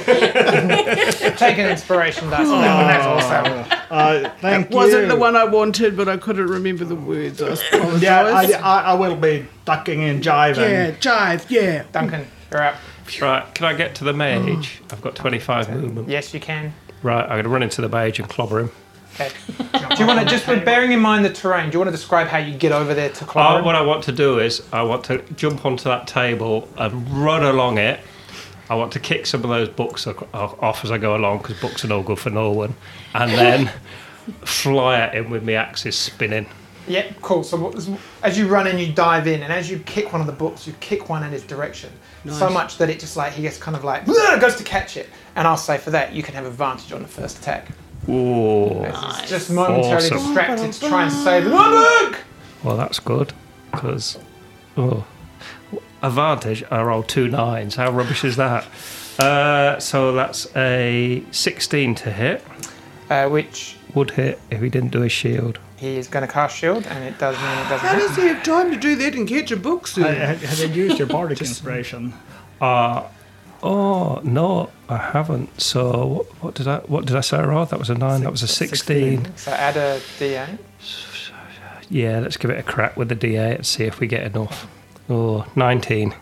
an inspiration dice on that one. That's awesome.
Uh, thank
Wasn't
you.
the one I wanted, but I couldn't remember the words. I apologise.
Yeah, I, I, I will be ducking and jiving.
yeah, jive, yeah.
Duncan, you're up.
Right, can I get to the mage? I've got 25 movement.
Yes, you can.
Right, I'm going to run into the mage and clobber him.
Okay. Do you want to just with bearing in mind the terrain? Do you want to describe how you get over there to
Uh,
climb?
what I want to do is I want to jump onto that table and run along it. I want to kick some of those books ac- o- off as I go along because books are no good for no one, and then fly at him with my axes spinning.
Yeah, cool. So what- as you run in, you dive in, and as you kick one of the books, you kick one in his direction so much that it just like he gets kind of like goes to catch it. And I'll say for that, you can have advantage on the first attack.
Ooh,
It's just momentarily
Awesome.
distracted to try and save the book.
well that's good because oh, advantage. I rolled two nines. How rubbish is that? Uh, so that's a 16 to hit.
Uh, which
Would hit if he didn't do his shield.
he is going to cast shield, and it does mean it doesn't.
How
hit.
does he have time to do that and catch a book soon?
Uh, Have have you used your bardic inspiration?
Oh no, I haven't. So what, what did I what did I say? Oh, that was a nine. that was a sixteen.
So add a d8.
Yeah, let's give it a crack with the D8 and see if we get enough. Oh, 19.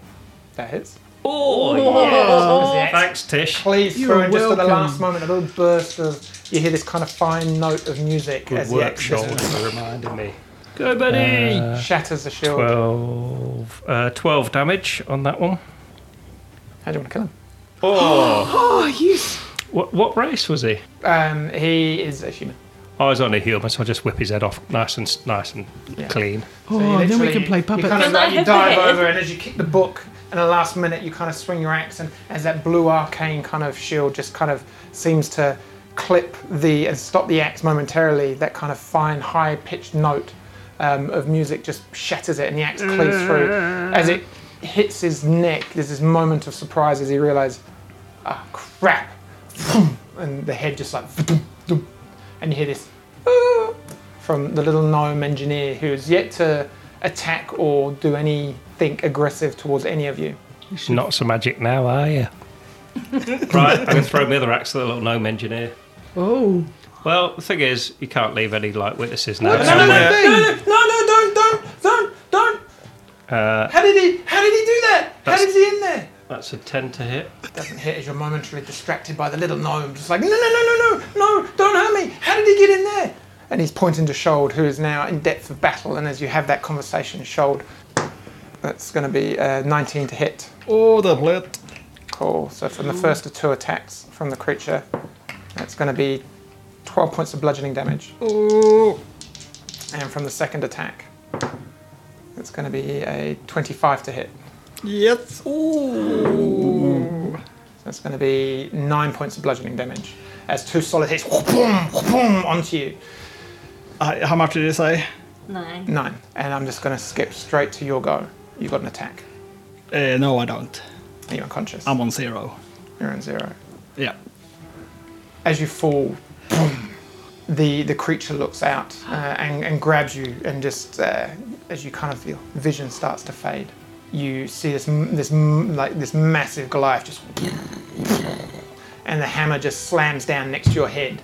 That hits.
Oh,
Thanks, Tish.
Please
You
throw
are
in just at the
welcome.
last moment a little burst of. You hear this kind of fine note of music
Good
as
work,
the
Sean,
axe just
for reminding me. Uh,
Go, buddy.
shatters the shield.
12, uh, 12 damage on that one.
How do you want to kill him?
oh, yes.
What, what race was he?
Um, he is a human.
I was only human, so I just whip his head off nice and s- nice and
Yeah.
clean.
So you
Oh, then we
literally-
can play
You
puppets.
kind of
Can I
like, you
have
dive
the head?
over, and as you kick the book, in the last minute, you kind of swing your axe, and as that blue arcane kind of shield just kind of seems to clip the and stop the axe momentarily, that kind of fine, high pitched note um, of music just shatters it, and the axe cleaves through. As it hits his neck, there's this moment of surprise as he realizes, ah, crap! And the head just like, and you hear this "Ah," from the little gnome engineer who's yet to attack or do anything aggressive towards any of you.
Not so magic now, are you? right, I'm going to throw my other axe at the little gnome engineer.
Oh.
Well, the thing is, you can't leave any like witnesses now.
no, no, no, no, no.
No, no, don't, don't, don't, don't!
Uh,
How did he? How did he do that? How
That's-
did he in there?
that's a ten to hit.
Doesn't hit as you're momentarily distracted by the little gnome, just like no, no, no, no, no, no! Don't hurt me! How did he get in there? And he's pointing to Shold, who is now in depth of battle. And as you have that conversation, Shold, that's going to be uh, 19 to hit.
Oh, the blit.
Cool. So from the first of two attacks from the creature, that's going to be 12 points of bludgeoning damage.
Oh,
And from the second attack, it's going to be a 25 to hit.
yes. Ooh.
So that's going to be 9 points of bludgeoning damage. As two solid hits, boom, boom, onto you.
Uh, how much did you say?
Nine.
9. And I'm just going to skip straight to your go. You've got an attack.
Uh, no, I don't.
Are you unconscious?
I'm on zero.
You're on 0.
Yeah.
as you fall, boom, the the creature looks out uh, and, and grabs you, and just uh, as you kind of your vision starts to fade, you see this m- this m- like this massive Goliath just, and the hammer just slams down next to your head,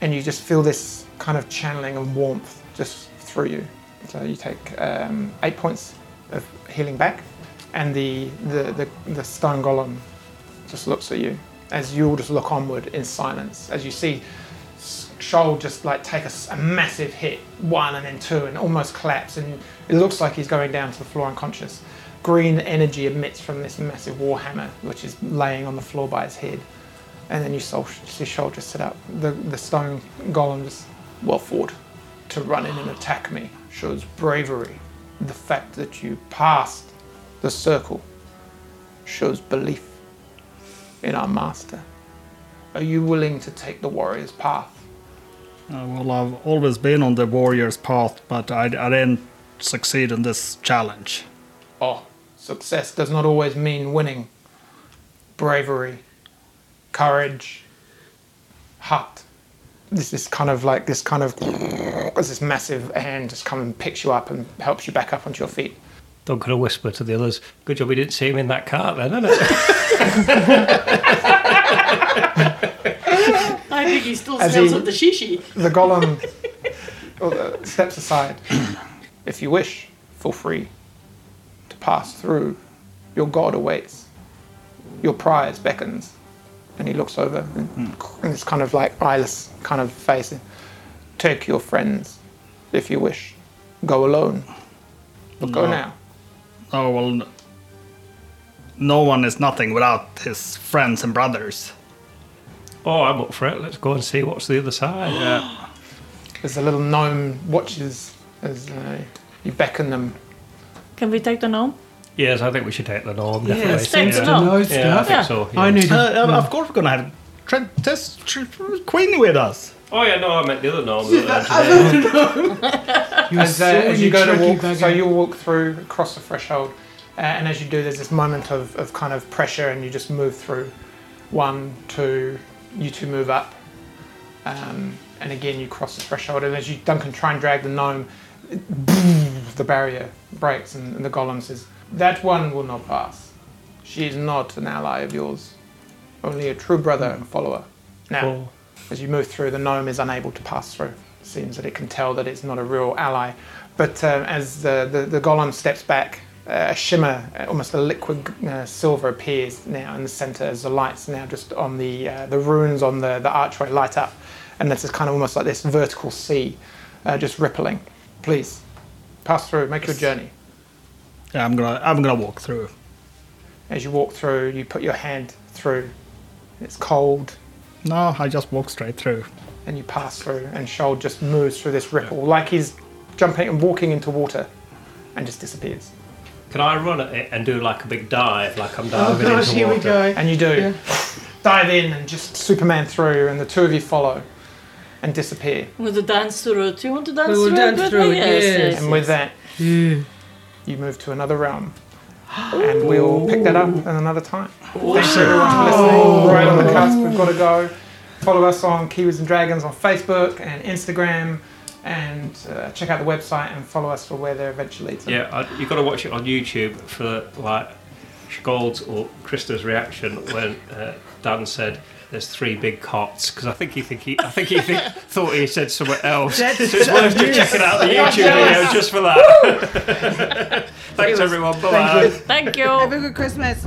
and you just feel this kind of channeling of warmth just through you. So you take um, eight points of healing back, and the the, the, the stone golem just looks at you as you all just look onward in silence as you see Shoal just like take a, s- a massive hit, one and then two, and almost collapse. And it looks like he's going down to the floor unconscious. Green energy emits from this massive warhammer, which is laying on the floor by his head. And then you sol- see Shoal just sit up. The, the stone golem just, well fought, to run in and attack me shows bravery. The fact that you passed the circle shows belief in our master? Are you willing to take the warrior's path?
Uh, well, I've always been on the warrior's path, but I, I didn't succeed in this challenge.
Oh, success does not always mean winning. Bravery, courage, heart. This is kind of like this kind of there's this massive hand just come and picks you up and helps you back up onto your feet.
Don't gonna whisper to the others. Good job we didn't see him in that cart then, isn't it?
I think he still
As
smells
in-
of the shishi.
The golem uh, steps aside. If you wish, feel free to pass through. Your god awaits. Your prize beckons. And he looks over and, and this kind of like eyeless kind of face. Take your friends if you wish. Go alone. But go
No.
now.
Oh, well, n- no one is nothing without his friends and brothers.
oh, I'm up for it. Let's go and see what's the other side.
There's a little gnome watches as uh, you beckon them.
Can we take the gnome?
Yes, I think we should take the norm.
Yeah,
Definitely.
it's thanks
Yeah.
to know
Yeah, I
stuff.
think so. yeah.
I need
Uh,
to.
uh, Of course, we're gonna have tra- this tr- queen with us.
Oh yeah, no, I meant the other norm. Yeah.
You're
As, uh,
so
as you go to
tricky
walk,
bugger.
so you'll walk through, across the threshold, uh, and as you do, there's this moment of, of kind of pressure, and you just move through. One, two, you two move up, um, and again you cross the threshold. And as you Duncan try and drag the gnome, the barrier breaks, and, and the golem says, "That one will not pass. She is not an ally of yours, only a true brother and follower." Now.
Cool.
As you move through, the gnome is unable to pass through. Seems that it can tell that it's not a real ally. But uh, as the, the, the golem steps back, uh, a shimmer, uh, almost a liquid uh, silver, appears now in the center as the lights now just on the, uh, the runes on the, the archway light up. And this is kind of almost like this vertical sea uh, just rippling. Please, pass through, make your journey.
Yeah, I'm gonna I'm gonna walk through.
As you walk through, you put your hand through. It's cold,
No, I just walk straight through.
and you pass through, and Shoal just moves through this ripple like he's jumping and walking into water, and just disappears.
Can I run at it and do like a big dive, like I'm
Oh
diving
gosh,
into
here
water?
we go.
And you do dive in and just Superman through, and the two of you follow and disappear.
With the dance through it. You want to dance
We will
through
dance
it?
through it, yes.
And with that,
Yeah.
you move to another realm. And we'll pick that up at another time. Thanks everyone
Oh.
for listening. Right on the cusp, we've got to go. Follow us on Kiwis and Dragons on Facebook and Instagram, and uh, check out the website and follow us for where they're eventually. to.
Yeah, I, you got to watch it on YouTube for like Scold's or Krista's reaction when uh, Dan said. There's three big cots because I think he think he I think he think, thought he said somewhere else. so it's worth just checking out the YouTube video just for that. Thanks everyone. Bye bye.
Thank you.
Have a good Christmas.